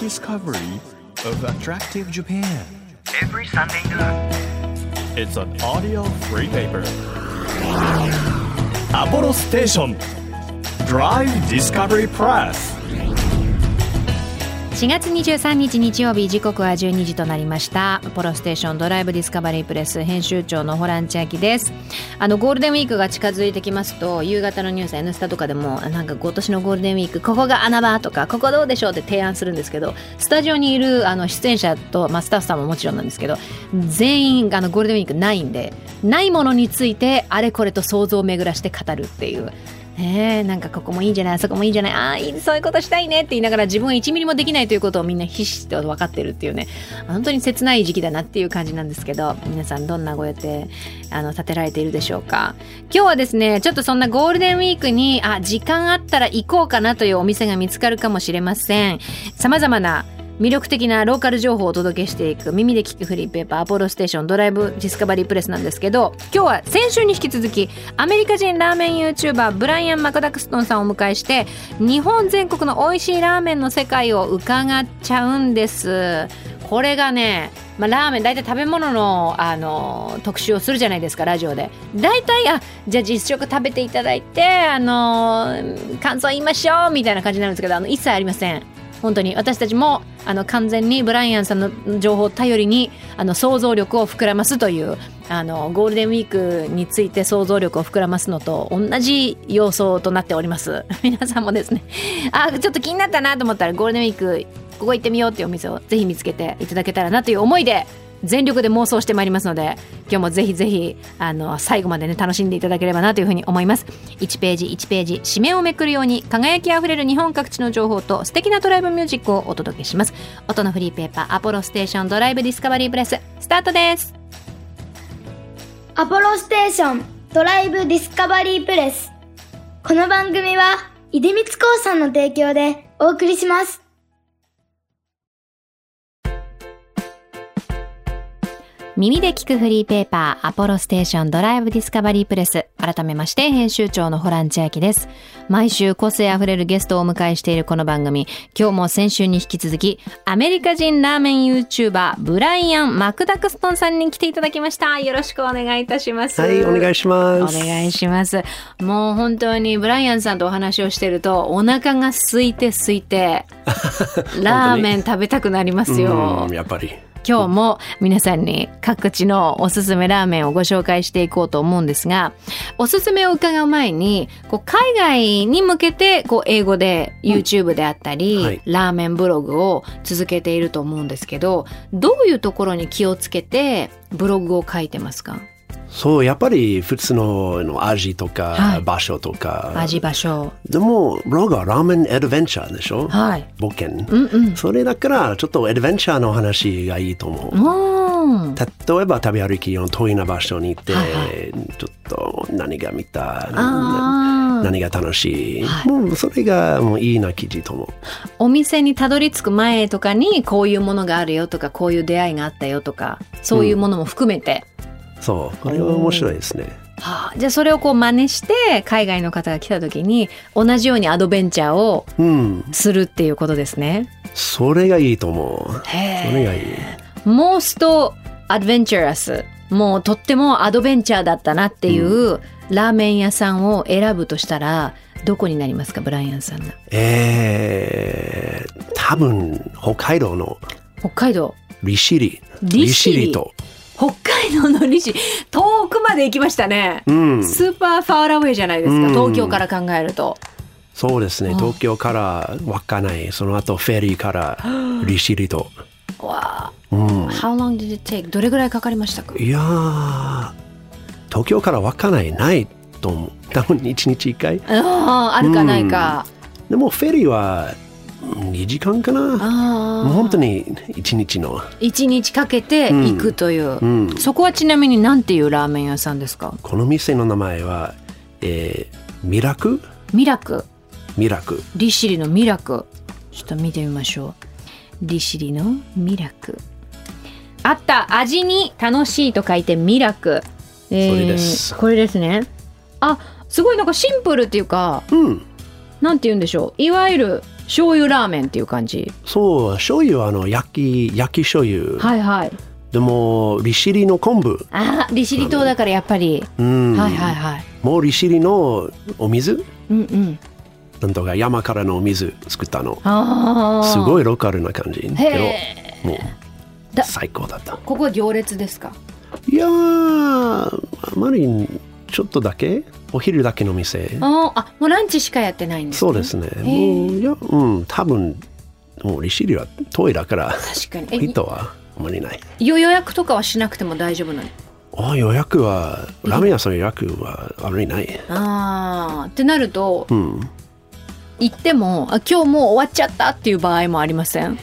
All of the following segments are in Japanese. discovery of attractive Japan. Every Sunday noon. It's an audio free paper. Apollo Station Drive Discovery Press. 4月23日日曜日時刻は12時となりましたポロステーションドライブディスカバリープレス編集長のホラン千秋ですあのゴールデンウィークが近づいてきますと夕方のニュース「N スタ」とかでもなんか今年のゴールデンウィークここが穴場とかここどうでしょうって提案するんですけどスタジオにいるあの出演者と、まあ、スタッフさんももちろんなんですけど全員あのゴールデンウィークないんでないものについてあれこれと想像を巡らして語るっていうねえなんかここもいいんじゃないあそこもいいんじゃないああいいそういうことしたいねって言いながら自分は1ミリもできないということをみんなひしひしと分かってるっていうね本当に切ない時期だなっていう感じなんですけど皆さんどんなご予定あの立てられているでしょうか今日はですねちょっとそんなゴールデンウィークにあ時間あったら行こうかなというお店が見つかるかもしれません様々な魅力的なローカル情報をお届けしていく耳で聞くフリーペーパーアポロステーションドライブディスカバリープレスなんですけど今日は先週に引き続きアメリカ人ラーメン YouTuber ブライアン・マクダクストンさんをお迎えして日本全国の美味しいラーメンの世界を伺っちゃうんですこれがね、まあ、ラーメン大体食べ物のあの特集をするじゃないですかラジオで大体あじゃあ実食食べていただいてあの感想言いましょうみたいな感じになるんですけどあの一切ありません本当に私たちもあの完全にブライアンさんの情報を頼りにあの想像力を膨らますというあのゴールデンウィークについて想像力を膨らますのと同じ様相となっております 皆さんもですねあちょっと気になったなと思ったらゴールデンウィークここ行ってみようっていうお店をぜひ見つけていただけたらなという思いで全力で妄想してまいりますので今日もぜひぜひあの最後までね楽しんでいただければなというふうに思います1ページ1ページ紙面をめくるように輝きあふれる日本各地の情報と素敵なドライブミュージックをお届けします音のフリーペーパーアポロステーションドライブディスカバリープレススタートですアポロステーションドライブディスカバリープレス。この番組は、出光興産の提供でお送りします。耳で聞くフリーペーパーアポロステーションドライブディスカバリープレス改めまして編集長のホラン千秋です毎週個性あふれるゲストをお迎えしているこの番組今日も先週に引き続きアメリカ人ラーメン YouTuber ブライアン・マクダクストンさんに来ていただきましたよろしくお願いいたしますはい、お願いします。お願いします。もう本当にブライアンさんとお話をしてるとお腹が空いて空い てラーメン食べたくなりますようん、。やっぱり。今日も皆さんに各地のおすすめラーメンをご紹介していこうと思うんですがおすすめを伺う前にこう海外に向けてこう英語で YouTube であったり、うんはいラーメンブログを続けていると思うんですけどどういうところに気をつけてブログを書いてますかそう、やっぱり普通のあの味とか、はい場所とか。味場所でも、ブログはラーメンアドベンチャーでしょ、はい冒険。うんうんそれだから、ちょっとアドベンチャーの話がいいと思う。うん例えば食べ歩きの遠いな場所に行って、はいはちょっと何が見たあー何が楽しい、はいもうそれがもういいな記事と思うお店にたどり着く前とかにこういうものがあるよとかこういう出会いがあったよとかそういうものも含めて、そうこれは面白いですねはあ、じゃあそれをこう真似して海外の方が来た時に同じようにアドベンチャーをうんするっていうことですね。それがいいと思うそれがいいモーストアドベンチャラスもうとってもアドベンチャーだったなっていう、ラーメン屋さんを選ぶとしたらどこになりますかブライアンさんが。えー、多分北海道の北海道利尻利尻と、北海道の利子遠くまで行きましたね。うん、スーパーファーラウェイじゃないですか、うん東京から考えると。そうですねあ東京から稚内その後フェリーから利尻と、わあ、うん、 How long did it take? どれぐらいかかりましたかいやー東京から稚内ないと思う多分1日1回あーあるかないか。でもフェリーは2時間かなああ。もう本当に1日の、一日かけて行くという、うん、そこはちなみになんていうラーメン屋さんですかこの店の名前は、えーミラクミラクミラク利尻のミラクちょっと見てみましょう利尻のミラクあった味に楽しいと書いてミラク、えそれですこれですねあすごいなんかシンプルっていうかうんなんて言うんでしょういわゆる醤油ラーメンっていう感じそう、醤油はあの焼き、焼き醤油。はいはいでも、利尻の昆布。あ利尻島だからやっぱり、うん。はいはいはいもう利尻のお水うんうんなんとか山からのお水作ったの。ああすごいいローカルな感じ。でへえも、もうだ最高だった。ここは行列ですかいやー、あまりちょっとだけ、お昼だけの店。あーあもうランチしかやってないんです、ね、そうですね。もう、いや、うん、多分、もう利尻は遠いだから、確かにえ人はあまりない。予約とかはしなくても大丈夫なのあ予約は、ラーメン屋さん予約はあまりない。あーってなるとうん。行ってもあ今日もう終わっちゃったっていう場合もありませ ん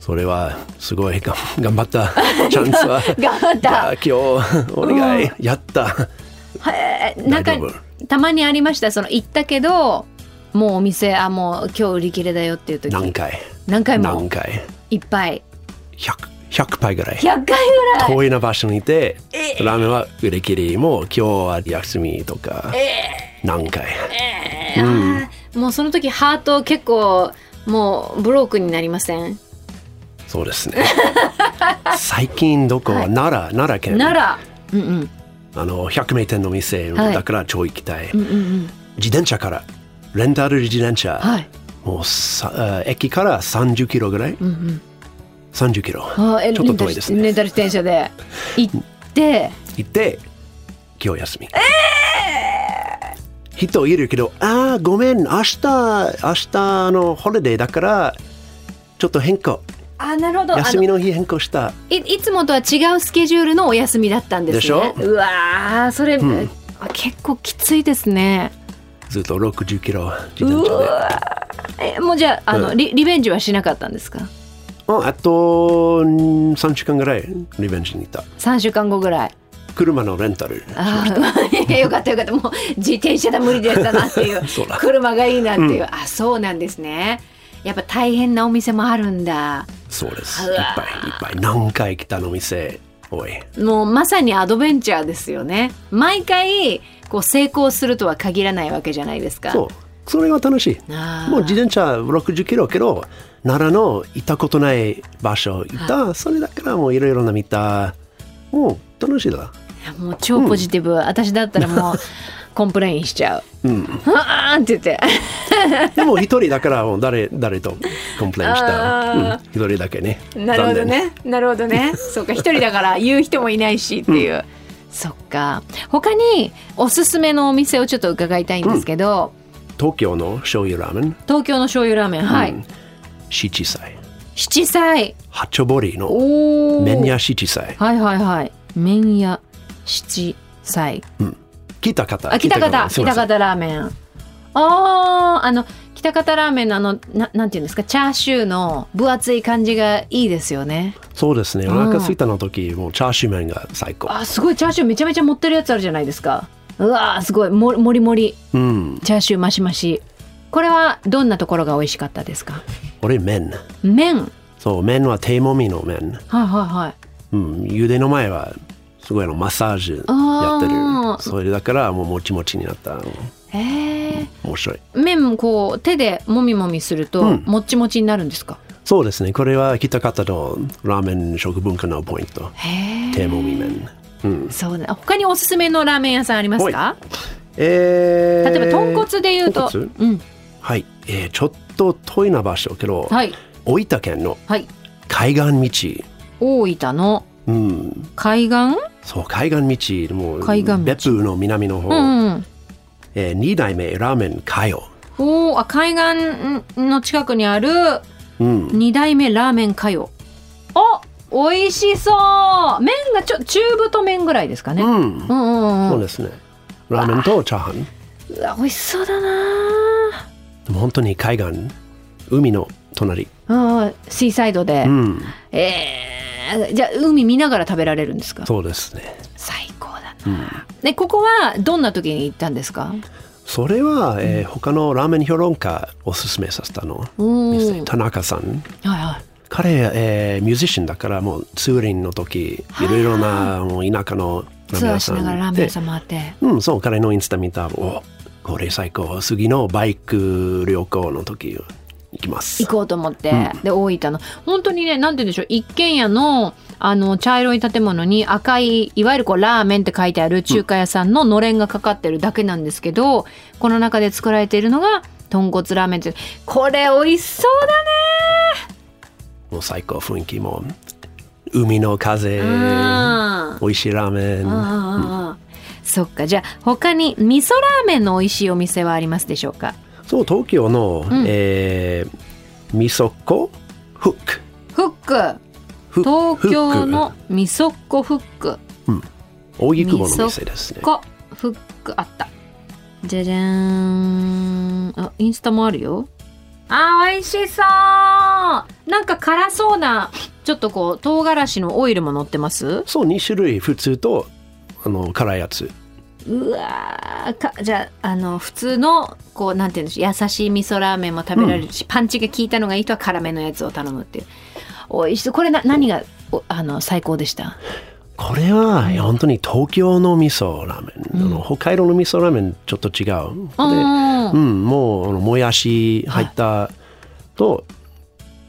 それはすごいがん頑 張ったチャンスは頑張っじゃたあ今日お願いやったへーなんか大丈たまにありましたその行ったけどもうお店あもう今日売り切れだよっていう時何回何回何も回いっぱい 100, 100杯ぐらい100回ぐらい遠いな場所にいてえラーメンは売り切りもう今日は休みとか何回えーあーもうその時ハート結構もうブロークになりませんそうです ね最近どこは奈良奈良県ならうんうんあの百名店の店はいだから超行きたいうんうんうん自転車からレンタル自転車はいもうさ駅から30キロぐらいうんうん30キロあーえちょっと遠いですねレンタル自転車で行って行って今日休み、人いるけどああごめん明日明日のホリデーだからちょっと変更あなるほどあ休のみの日変更したいいつもとは違うスケジュールのお休みだったんですねでしょうわーそれ、んあ結構きついですねずっと60キロ自う転車でわーえもうじゃああの、うリリベンジはしなかったんですかうんあとうん3週間ぐらいリベンジに行った3週間後ぐらい車のレンタルあ ーよかったよかったもう自転車だ無理だったなっていう そうだ車がいいなっていう、あそうなんですねやっぱ大変なお店もあるんだそうですいうっわぱいいっぱい何回来たの店おいもうまさにアドベンチャーですよね毎回こう成功するとは限らないわけじゃないですかそうそれが楽しいあーもう自転車60キロけど奈良の行ったことない場所行ったそれだからもういろいろな見たもう楽しいだいやもう超ポジティブ、私だったら もうコンプレインしちゃううんあーんって言ってでも一人だからもう誰誰とコンプレインしたあうんー一、人だけねなるほど残念ねなるほどねそうか一人だから言う人もいないしっていう、そっか他におすすめのお店をちょっと伺いたいんですけど、東京の醤油ラーメン、東京の醤油ラーメンはい、うん七彩七彩八丁堀のおお麺屋七彩はいはいはい麺屋七彩来た方あ、北方、すいま北せん方ラーメン。ああ、あの、北方ラーメンのあの、ななんていうんですか、チャーシューの分厚い感じがいいですよね。そうですねおうん腹空いたの時もうチャーシュー麺が最高あ、すごい、チャーシューめちゃめちゃ持ってるやつあるじゃないですか。うわー、すごい、もりもりもり、うんチャーシュー増し増し。これはどんなところが美味しかったですか俺麺麺。はいそう麺は手もみの麺はいはい。うん、茹での前はすごいあのマッサージやってあーるそれだからもうもちもちになったええ面白い麺もこう、手でもみもみすると、うんもっちもちになるんですかそうですねこれは喜多方のラーメン食文化のポイントへえ。手もみ麺うんそうね。あ他におすすめのラーメン屋さんありますかえー、例えば豚骨で言うと、豚骨うん、はい、えー、ちょっと遠いな場所けど、はい大分県のはい海岸大分の道うん海岸、そう海岸道もう海岸道別府の南の方、うんうん、えー、二代目ラーメンかよおーあ海岸の近くにあるうん二代目ラーメンかよお美味しそう麺がちょ中太麺ぐらいですかね、うん、うんうんうそうんですねラーメンとチャーハンうわ美味しそうだなでも本当に海岸海の隣あーシーサイドで、うんえーじゃあ海見ながら食べられるんですかそうですね最高だな、でここはどんな時に行ったんですかそれは、えー他のラーメン評論家おすすめさせたのお店ー田中さんはいはい彼、えーミュージシャンだからもうツーリングの時いろいろなもう田舎のラーメンツアー屋しさながらラーメんンで屋さん回ってうんそう彼のインスタ見たおこれ最高次のバイク旅行の時行きます行こうと思って、で大分の本当にねなんて言うんでしょう一軒家のあの茶色い建物に赤いいわゆるこうラーメンって書いてある中華屋さんののれんがかかってるだけなんですけど、この中で作られているのが豚骨ラーメンってこれ美味しそうだねもう最高雰囲気も海の風うん美味しいラーメああンああそっかじゃあ他に味噌ラーメンの美味しいお店はありますでしょうかそう東京の、うんえー、みそこフックフックフ東京フの味噌っこフックック大木久保の店ですねこフックあったじゃじゃーんあインスタもあるよあー美味しそうなんか辛そうなちょっとこう唐辛子のオイルも乗ってますそう2種類普通とあの辛いやつうわーかじゃああの普通のこうなんていうんでしょう優しい味噌ラーメンも食べられるし、パンチが効いたのがいい人は辛めのやつを頼むっていう美味しそうこれな何がおあの最高でしたこれは、いや本当に東京の味噌ラーメン、うんあの北海道の味噌ラーメンちょっと違ううでんうん、もうあのもやし入ったと、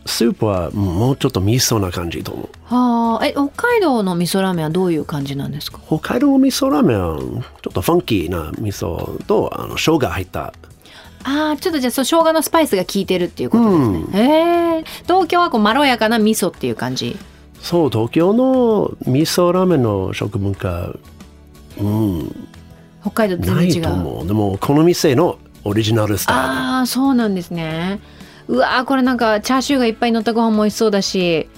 スープはうんもうちょっと味噌な感じと思うはあえ北海道の味噌ラーメンはどういう感じなんですか北海道の味噌ラーメンはちょっとファンキーな味噌とあの生姜入ったああちょっとじゃあそう生姜のスパイスが効いてるっていうことですね、うへえ東京はこうまろやかな味噌っていう感じそう東京の味噌ラーメンの食文化うん北海道と全な然い違とう思うでもこの店のオリジナルスタイああそうなんですねうわーこれなんかチャーシューがいっぱい乗ったご飯も美味しそうだし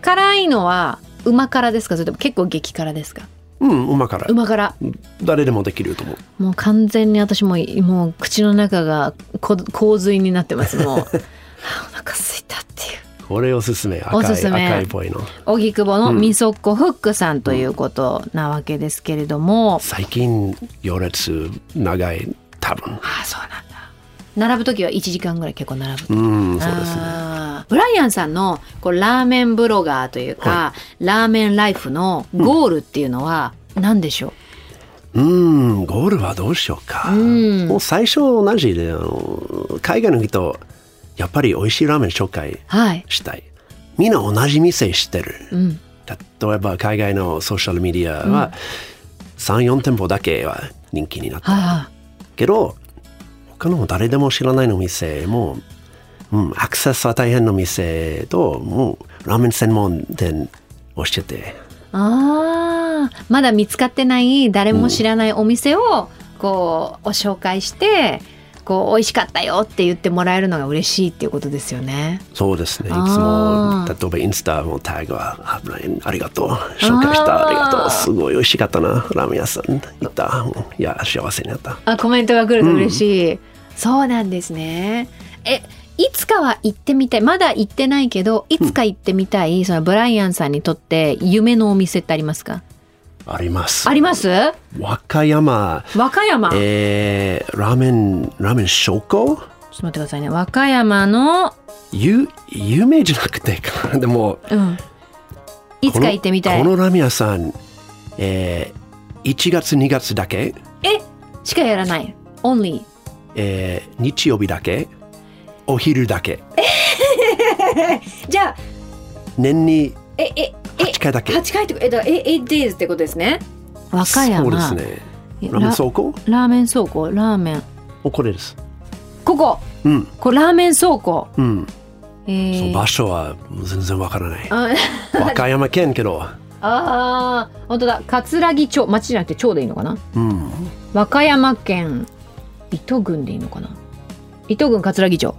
辛いのは旨辛ですかそれとも結構激辛ですかルうんうまから旨辛誰でもできると思うもう完全に私もうもう口の中がこ洪水になってます もうあーお腹すいたっていうこれおすすめ赤いおすすめ赤いっぽいの荻窪のみそっこフックさんということなわけですけれども、最近行列長い多分ああそうなんだ並ぶ時は1時間ぐらい結構並ぶうんそうですねあーブライアンさんのこうラーメンブロガーというか、ラーメンライフのゴールっていうのは何でしょうーん、ゴールはどうしようか。うんもう最初同じで、あの海外の人、やっぱり美味しいラーメン紹介う、はい、したい。みんな同じ店知ってる。うん、例えば海外のソーシャルメディアは、3、4店舗だけは人気になった。はいはけど、他の誰でも知らないの店も、うん、アクセスは大変の店と、もうラーメン専門店をしてて、いあーまだ見つかってない誰も知らないお店をこうお紹介してこう美味しかったよって言ってもらえるのが嬉しいっていうことですよね。そうですね。いつあも、ー例えばインスタのタグは、危ない、ありがとう。紹介した、あーありがとう。すごい美味しかったな。ラーメン屋さん行った。いや、幸せになった。あコメントが来ると嬉しい、そうなんですねえいつかは行ってみたいまだ行ってないけどいつか行ってみたい、そのブライアンさんにとって夢のお店ってありますかあります。あります和歌山、和歌山、えー、ラーメン、ラーメン商ちょっ工と待ってくださいね和歌山のゆ、有名じゃなくて、でも、うんいつか行ってみたいこのラーメン屋さん、えー、1月、2月だけ、えしかやらないオンリえー、日曜日だけ、お昼だけ、ーじゃあ年にええ8回だけ。 8回ってえだえ 8days ってことですね和歌山そうですね。ラーメラン倉庫ラーメン倉庫ラーメンおこれです。ここうんこうラーメン倉庫うん。えーそう場所は全然わからない。あ和歌山県けど、あー本当だ葛城町町じゃなくて町でいいのかなうん。和歌山県糸郡でいいのかな糸郡葛城町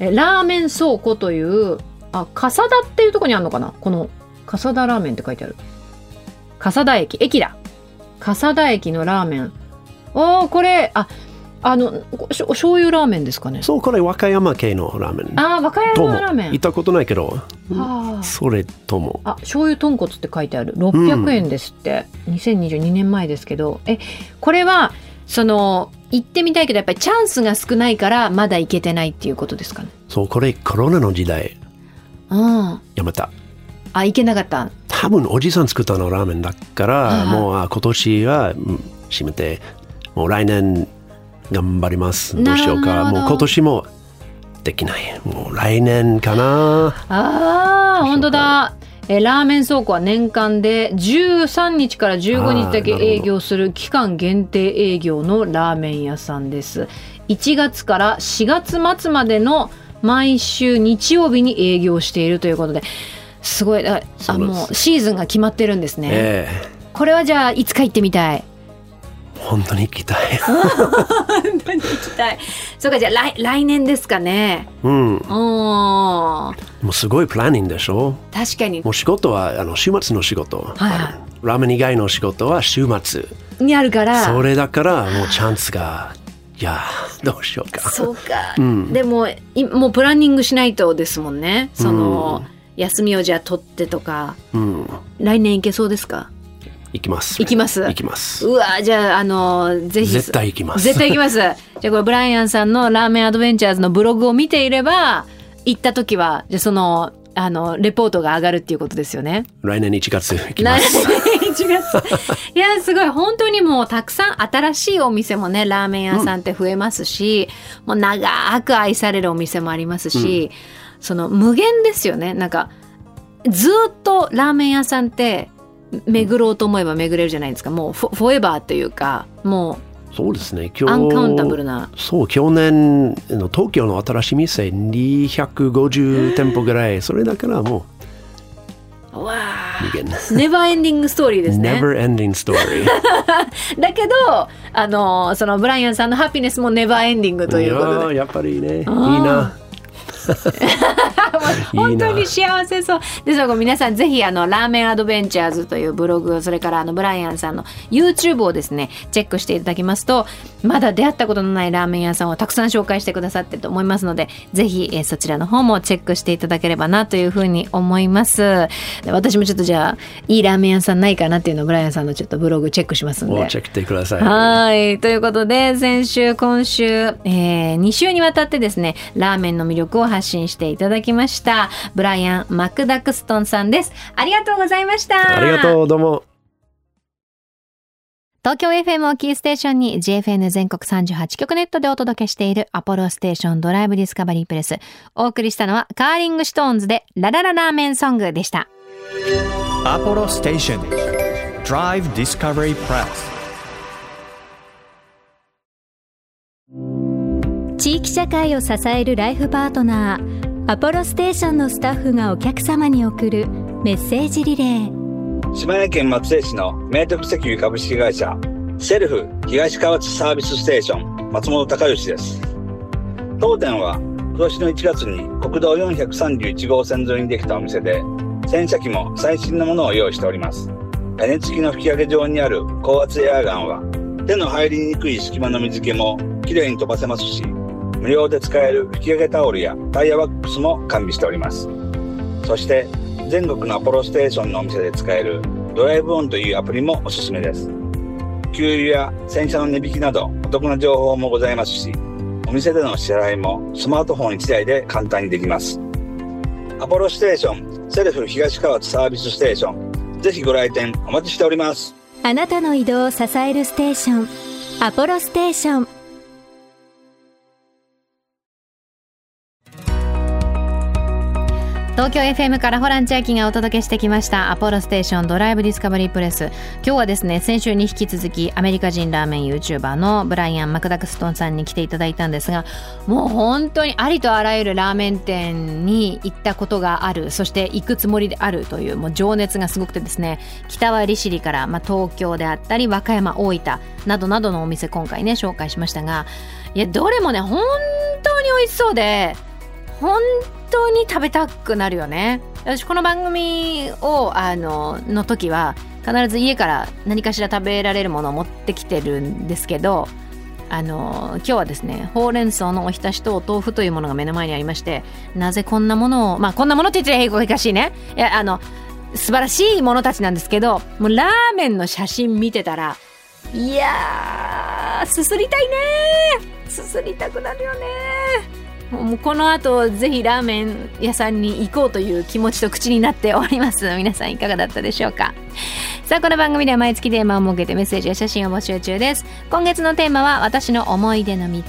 えラーメン倉庫というあ笠田っていうところにあるのかなこの笠田ラーメンって書いてある笠田駅駅だ笠田駅のラーメンおーこれああのこしょ醤油ラーメンですかねそうこれ和歌山系のラーメン。あー和歌と山ものラーメ行っンたことないけど、あーそれともあ醤油豚骨って書いてある600円ですって、2022年前ですけどえこれはその行ってみたいけどやっぱりチャンスが少ないからまだ行けてないっていうことですかねそうこれコロナの時代うんやめた。あ行けなかった多分おじさん作ったのラーメンだかはいら、はいもうあ今年はうん閉めて、もう来年頑張ります。どなうるしほよどうなるか。ほどもう今年もできない。もう来年かな。ああどうしようか本当だえーラーメン倉庫は年間で13日から15日だけあーなるほど営業する期間限定営業のラーメン屋さんです1月から4月末までの毎週日曜日に営業しているということですごいあそあうなんですもうシーズンが決まってるんですね、えこれはじゃあいつか行ってみ たいえ本当に行 きたい。行きたいそうかじゃあ来来年ですかねううん。んもうすごいプランニングでしょ。確かにもう仕事はあの週末の仕事、はいはいあのラーメン以外の仕事は週末にあるからそれだからもうチャンスがいやーどうしようかそうか、うんでもいもうプランニングしないとですもんねその、休みをじゃあ取ってとかうん来年行けそうですか行きます行きます行きますうわじゃああのぜひ絶対行きます絶対行きます じゃあこれブライアンさんのラーメンアドベンチャーズのブログを見ていれば行った時はじゃあそのあのレポートが上がるっていうことですよね。来年1月行 きます来年1月いやすごい本当にもうたくさん新しいお店もねラーメン屋さんって増えますし、もう長く愛されるお店もありますし、その無限ですよねなんかずーっとラーメン屋さんって巡ろうと思えば巡れるじゃないですかもうフォフォーエバーというかもそうですねう今アン日カウンタブルなそう去年の東京の新しい店250店舗ぐらいそれだからもわう無限ーネバーエンディングストーリーですね Never ending story だけどあのそのブライアンさんのハピネスもネバーエンディング ということでやーやっぱりねいいーないいな本当に幸せそうですので皆さんぜひあのラーメンアドベンチャーズというブログそれからあのブライアンさんの YouTube をですねチェックしていただきますとまだ出会ったことのないラーメン屋さんをたくさん紹介してくださってると思いますのでぜひ、えーそちらの方もチェックしていただければなというふうに思いますで私もちょっとじゃあいいラーメン屋さんないかなっていうのをブライアンさんのちょっとブログチェックしますんもうでチェックしてくださいはい。ということで、先週、今週、え2週にわたってですね、ラーメンの魅力を発信していただきました。ブライアン・マクダクストンさんです。ありがとうございました。ありがとうどうも東京 FM をキーステーションに JFN 全国38局ネットでお届けしているアポロステーションドライブディスカバリープレス。お送りしたのはカーリングストーンズでララララーメンソングでした。 Apollo Station. Drive Discovery Press. 地域社会を支えるライフパートナーアポロステーションのスタッフがお客様に送るメッセージリレー島根県松江市の明徳石油株式会社セルフ東川内サービスステーション松本隆義です当店は今年の1月に国道431号線沿いにできたお店で洗車機も最新のものを用意しております屋根付きの吹き上げ状にある高圧エアガンは手の入りにくい隙間の水気もきれいに飛ばせますし無料で使える吹き上げタオルやタイヤワックスも完備しておりますそして全国のアポロステーションのお店で使えるドライブオンというアプリもおすすめです。給油や洗車の値引きなどお得な情報もございますし、お店での支払いもスマートフォン1台で簡単にできます。アポロステーション、セルフ東川津サービスステーション、ぜひご来店お待ちしております。あなたの移動を支えるステーションアポロステーション東京 FM からホラン千秋がお届けしてきました「アポロステーションドライブ・ディスカバリー・プレス」今日はですね先週に引き続きアメリカ人ラーメン YouTuber のブライアン・マクダクストンさんに来ていただいたんですがもう本当にありとあらゆるラーメン店に行ったことがあるそして行くつもりであるというもう情熱がすごくてですね北は利尻から、まあ、東京であったり和歌山大分などなどのお店今回ね紹介しましたがいやどれもね本当に美味しそうで本当に食べたくなるよね私この番組をあのの時は必ず家から何かしら食べられるものを持ってきてるんですけどあの今日はですねほうれん草のおひたしとお豆腐というものが目の前にありましてなぜこんなものをまあこんなものって言ってらおかしいねいやあの素晴らしいものたちなんですけどもうラーメンの写真見てたらいやーすすりたいねすすりたくなるよねもうこの後ぜひラーメン屋さんに行こうという気持ちと口になっております皆さんいかがだったでしょうかさあこの番組では毎月テーマを設けてメッセージや写真を募集中です今月のテーマは私の思い出の道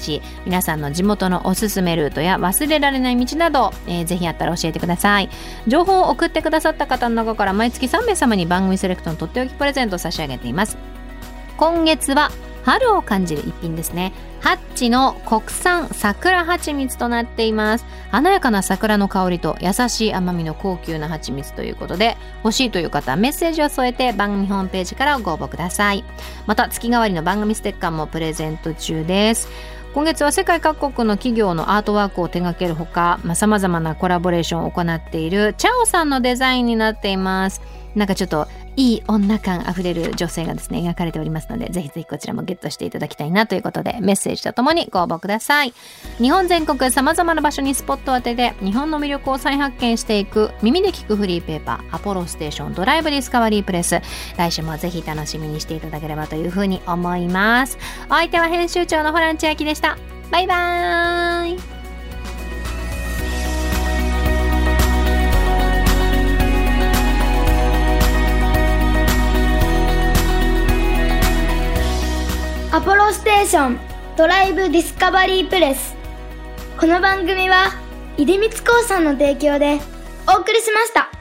皆さんの地元のおすすめルートや忘れられない道など、えーぜひあったら教えてください情報を送ってくださった方の中から毎月3名様に番組セレクトのとっておきプレゼントを差し上げています今月は春を感じる一品ですねハッチの国産桜蜂蜜となっています華やかな桜の香りと優しい甘みの高級な蜂蜜ということで欲しいという方はメッセージを添えて番組ホームページからご応募くださいまた月替わりの番組ステッカーもプレゼント中です今月は世界各国の企業のアートワークを手掛けるほかさまざ、まなコラボレーションを行っているチャオさんのデザインになっていますなんかちょっといい女感あふれる女性がですね描かれておりますのでぜひぜひこちらもゲットしていただきたいなということでメッセージとともにご応募ください日本全国さまざまな場所にスポットを当てて日本の魅力を再発見していく耳で聞くフリーペーパー「アポロステーションドライブ・ディスカバリー・プレス」来週もぜひ楽しみにしていただければというふうに思いますお相手は編集長のホラン千秋でしたバイバーイアポロステーションドライブディスカバリープレスこの番組は出光興産の提供でお送りしました。